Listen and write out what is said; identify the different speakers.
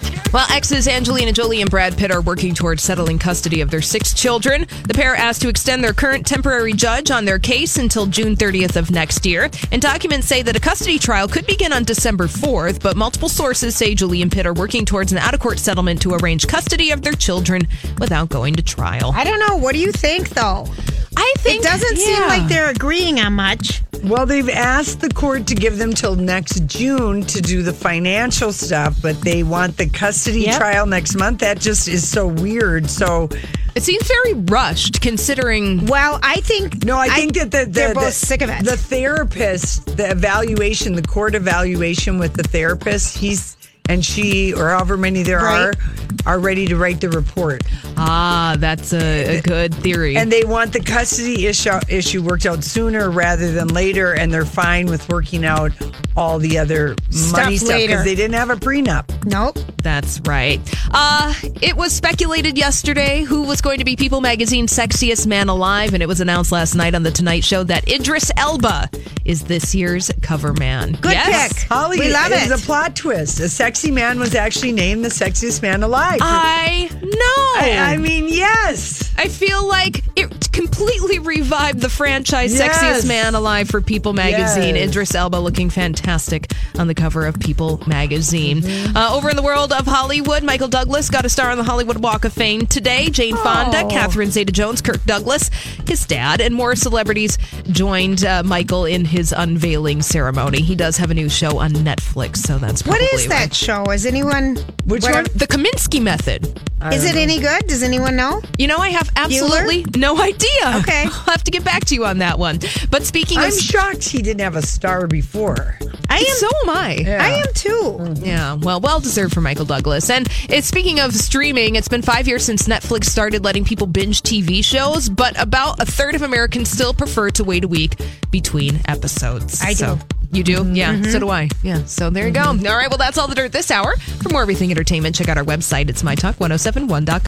Speaker 1: dirt.
Speaker 2: While exes Angelina Jolie and Brad Pitt are working towards settling custody of their six children, the pair asked to extend their current temporary judge on their case until June 30th of next year. And documents say that a custody trial could begin on December 4th, but multiple sources say Jolie and Pitt are working towards an out of court settlement to arrange custody of their children without going to trial.
Speaker 3: I don't know. What do you think, though?
Speaker 2: I think
Speaker 3: it doesn't seem
Speaker 2: yeah.
Speaker 3: like they're agreeing on much.
Speaker 4: Well, they've asked the court to give them till next June to do the financial stuff, but they want the custody
Speaker 3: Yep.
Speaker 4: trial next month. That just is so weird. So,
Speaker 2: it seems very rushed considering.
Speaker 3: Well, I think
Speaker 4: no, I think that the, the
Speaker 3: they're both
Speaker 4: the-
Speaker 3: sick of it.
Speaker 4: The therapist, the evaluation, the court evaluation with the therapist, he's and she or however many there
Speaker 3: Right.
Speaker 4: are are ready to write the report.
Speaker 2: Ah, that's a, a good theory.
Speaker 4: And they want the custody issue issue worked out sooner rather than later and they're fine with working out all the other money stuff
Speaker 3: later.
Speaker 4: because they didn't have a prenup.
Speaker 3: nope.
Speaker 2: That's right. Uh, it was speculated yesterday who was going to be People Magazine's sexiest man alive, and it was announced last night on The Tonight Show that Idris Elba is this year's cover man.
Speaker 3: Good
Speaker 2: yes.
Speaker 3: pick.
Speaker 4: Holly,
Speaker 3: we love
Speaker 4: it
Speaker 3: it.
Speaker 4: was a plot twist. A sexy man was actually named the sexiest man alive.
Speaker 3: Oh.
Speaker 2: I know.
Speaker 4: I, I mean, yes.
Speaker 2: I feel like it completely revived the franchise
Speaker 4: Yes.
Speaker 2: Sexiest Man Alive for People magazine.
Speaker 4: Yes.
Speaker 2: Idris Elba looking fantastic on the cover of People magazine.
Speaker 3: Mm-hmm.
Speaker 2: Uh, over in the world of Hollywood, Michael Douglas got a star on the Hollywood Walk of Fame today. Jane
Speaker 3: Oh.
Speaker 2: Fonda, Catherine Zeta Jones, Kirk Douglas, his dad, and more celebrities joined uh, Michael in his unveiling ceremony. He does have a new show on Netflix, so that's
Speaker 3: What
Speaker 2: probably
Speaker 3: is
Speaker 2: why.
Speaker 3: that show? Is anyone?
Speaker 4: Which
Speaker 3: where-
Speaker 4: one?
Speaker 2: The Kaminsky Method.
Speaker 3: Is it any good? Does anyone know?
Speaker 2: You know, I have absolutely no idea.
Speaker 3: Okay.
Speaker 2: I'll have to get back to you on that one. But speaking
Speaker 4: I'm
Speaker 2: of.
Speaker 4: shocked he didn't have a star before.
Speaker 2: I am, so am I.
Speaker 3: I am
Speaker 4: Hmm.
Speaker 3: too.
Speaker 2: Yeah, well, well deserved for Michael Douglas. And it's, speaking of streaming, it's been five years since Netflix started letting people binge TV shows, but about a third of Americans still prefer to wait a week between episodes.
Speaker 3: I do.
Speaker 2: So- you do? Mm-hmm. Yeah, so do I. Yeah, so oh there you go. All right, well, that's all the dirt this hour. For more everything entertainment, check out our website. It's mytalk1071.com.